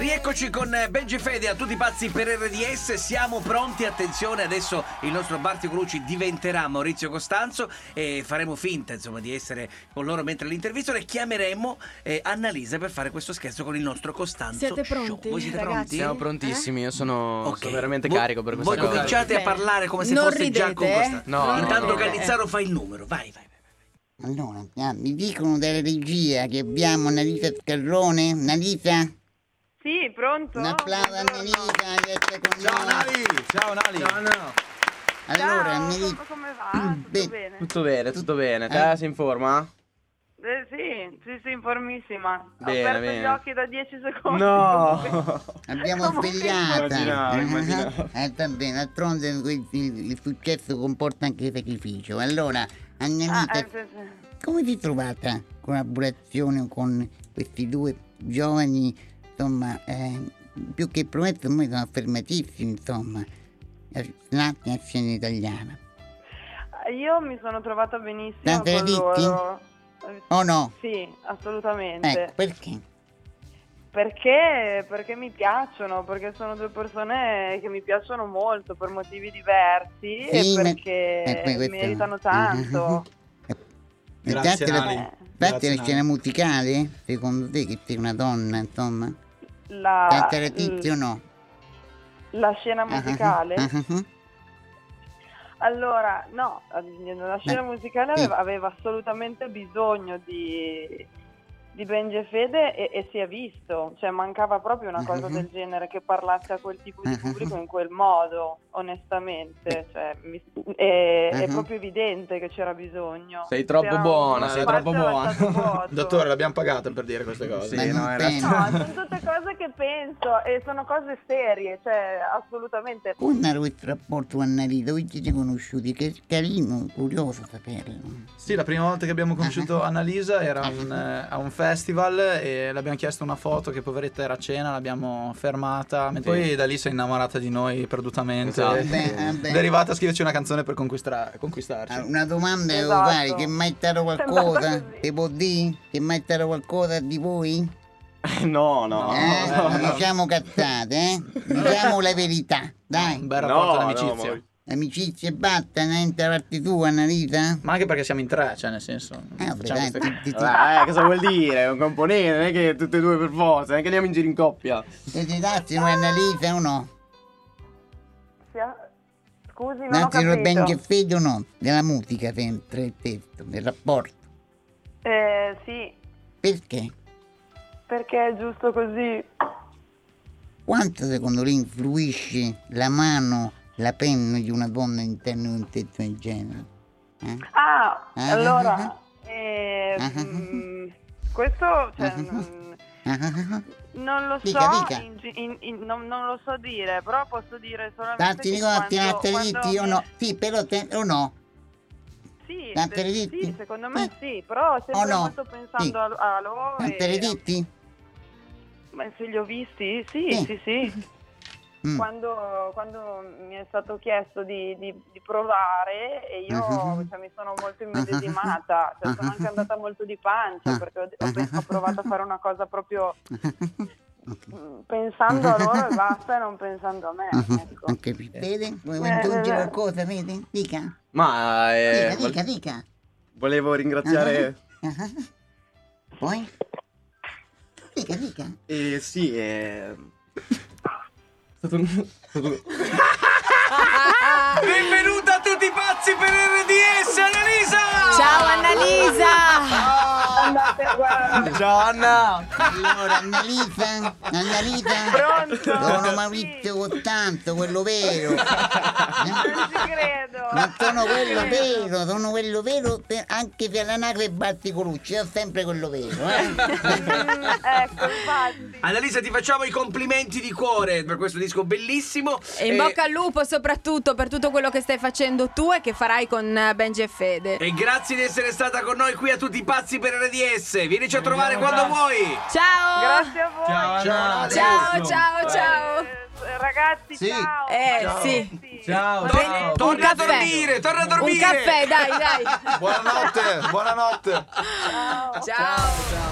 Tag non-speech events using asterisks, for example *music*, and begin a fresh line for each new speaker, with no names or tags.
Rieccoci con eh, Benji Fede a tutti i pazzi per RDS, siamo pronti, attenzione, adesso il nostro Bartio Cruci diventerà Maurizio Costanzo e faremo finta insomma di essere con loro mentre l'intervistano e chiameremo eh, Annalisa per fare questo scherzo con il nostro Costanzo
Siete
Show.
pronti,
Voi siete
ragazzi?
pronti?
Siamo prontissimi, io sono,
Ok.
sono veramente
Voi-
carico per questa
Voi
cosa.
cominciate a
Bene.
parlare come se
Non
foste già
ridete,
con
eh?
Costanzo
No, no,
Intanto
no, no.
Callizzaro fa il numero, vai vai
Allora, ah, mi dicono dalla regia che abbiamo Annalisa Scarrone. Annalisa,
Sì, pronto?
un applauso a Annalisa che è con noi.
Ciao Nali!
Allora,
Ciao,
Annalisa,
com- come va?
*clears throat*
Tutto
Beh.
bene?
Tutto bene, tutto bene. Te sei in forma?
Eh, sì, sì, sì, in formissima.
Bene,
Ho aperto
bene.
gli occhi da 10 secondi.
No!
abbiamo
Comunque,
svegliata.
immaginavo, immaginavo.
Ah, va bene, d'altronde il, il- il successo comporta anche sacrificio. Allora,
Ah,
Annalisa,
eh, sì, sì.
come ti è trovata la collaborazione con questi due giovani, insomma, eh, più che promesso, ormai sono affermatissimi, insomma, nati nella scena italiana.
Io mi sono trovata benissimo
Dante
con
Levitti?
loro. Eh,
O no?
Sì, assolutamente.
Ecco, perché?
Perché? Perché mi piacciono, perché sono due persone che mi piacciono molto per motivi diversi
Sì,
e
ma-
perché
eh, poi questo-
meritano
*laughs*
tanto.
Grazie,
Infatti Eh, la-
Nali.
Eh,
Infatti
Grazie,
la scena
Nali.
musicale, secondo te che sei una donna, insomma,
La,
cantare tizio o no?
la scena mm, musicale?
Ah, ah, ah.
Allora, no, ehm, la scena
Beh,
musicale
Eh, sì.
aveva, aveva assolutamente bisogno di, di Benji e Fede e, e si è visto, cioè mancava proprio una cosa
Mhm.
del genere che parlasse a quel tipo di
Mhm. Eh.
pubblico in quel modo, onestamente, cioè, mi- è, è
Mhm.
proprio evidente che c'era bisogno.
Sei troppo
C'era un-
buona,
uno
sei
spazio
troppo
era stato
buona. *laughs*
vuoto.
Dottore, l'abbiamo pagata per dire queste cose.
Ma
Sì, no,
non
era-
penso.
No, sono tutte cose che penso e sono cose serie, cioè assolutamente.
Come era questo rapporto con Annalisa? Voi ci siete conosciuti? Che carino, curioso saperlo.
Sì, la prima volta che abbiamo conosciuto Annalisa era un, eh, a un festival e le abbiamo chiesto una foto che poveretta era a cena, l'abbiamo fermata.
Sì.
Poi da lì si è innamorata di noi perdutamente.
Esatto.
Ed
Vabbè, vabbè.
è arrivata a scriverci una canzone per conquistra- conquistarci.
Allora, Ah, Una domanda devo
Esatto.
fare, che mai stato
Sembrava
qualcosa?
così.
Ti può dire? Che mai stato qualcosa di voi?
*laughs* No, no.
eh?
no,
Non
no.
Diciamo cazzate, eh? Diciamo la verità,
Un
dai.
bel rapporto
No, no,
d'amicizia.
ma-
Amicizie e batta, niente da parte tua, Annalisa?
Ma anche perché siamo in tre, cioè nel senso.
Eh,
facciamo
vabbè, dai,
queste-
ti- ti- ti-
Diciamo Ah, eh, cosa vuol dire? È un componente, non è che tutte e due per forza, non è che andiamo in giro in coppia.
Se ti dassi un'analisi o no?
Sia- Scusi, non ho
Dassero ben
capito.
Geffedo o no? Della musica sempre, il testo, del rapporto.
Eh, sì,
Perché?
perché è giusto così.
Quanto secondo lei influisce la mano, la penna di una donna all'interno di un testo del genere? Eh?
Ah,
Ah, ah,
allora, eh,
Ah, ah,
mm, questo cioè,
Ah, ah,
mm,
Ah, ah, ah.
non lo so,
Dica, dica.
in gi- in- in- non, non lo so dire, però posso dire solamente
Darti
che
dico la
quando,
tirata
quando
dritti o no? Sì, però te o no?
Sì,
la
de-
Terezitti?
sì, secondo me
Sì.
sì, però sempre
O no?
molto pensando
Sì. Eh,
a, a loro e-
Dante dritti?
ma se li ho visti, sì,
Sì.
sì, sì.
*laughs* Mm.
Quando, quando mi è stato chiesto di, di- di provare e io
Mhm.
cioè, mi sono molto immedesimata, cioè, sono anche andata molto di pancia
Uh-huh. Ah.
perché ho, ho pe- ho provato a fare una cosa
*laughs*
proprio mm, pensando a loro e basta e non pensando a me.
Uh-huh.
ecco.
Mhm, Anche qui. Vede? Vuoi
Eh,
aggiungere
eh, eh.
qualcosa, vede? Dica.
Ma eh,
Dica,
vol-
dica, dica.
volevo ringraziare...
Ah, ah, ah. Poi? Dica, dica.
Eh, sì, eh... Stato un- stato-
Ah.
Benvenuta a tutti i pazzi per RDS Annalisa
Ciao Annalisa!
Andate a guardare.
Ciao Anna!
Allora, Annalisa, Annalisa,
Pronto?
sono
Sì.
Maurizio Costanzo, quello
*laughs*
vero. Eh?
Non ci credo.
Non sono
Non ci *laughs*
quello
credo.
vero, sono quello vero per- anche se l'anagrafe Batti Colucci, è sempre quello vero, eh?
*laughs* Mm, ecco, infatti.
Annalisa ti facciamo i complimenti di cuore per questo disco bellissimo
E in bocca al lupo soprattutto per tutto quello che stai facendo tu e che farai con eh, Benji e Fede.
E grazie di essere stata con noi qui a tutti i pazzi per RDS. Vienici a trovare quando vuoi.
Ciao!
Grazie a voi.
Ciao, Anna.
Ciao, ciao, ciao!
Eh, ragazzi,
Sì.
ciao.
Eh,
Ciao.
sì.
Ciao,
Tor-
ciao.
torna a
caffè.
dormire, torna a dormire.
*laughs*
Un caffè, dai, dai!
Buonanotte, buonanotte.
Ciao.
Ciao!
Ciao.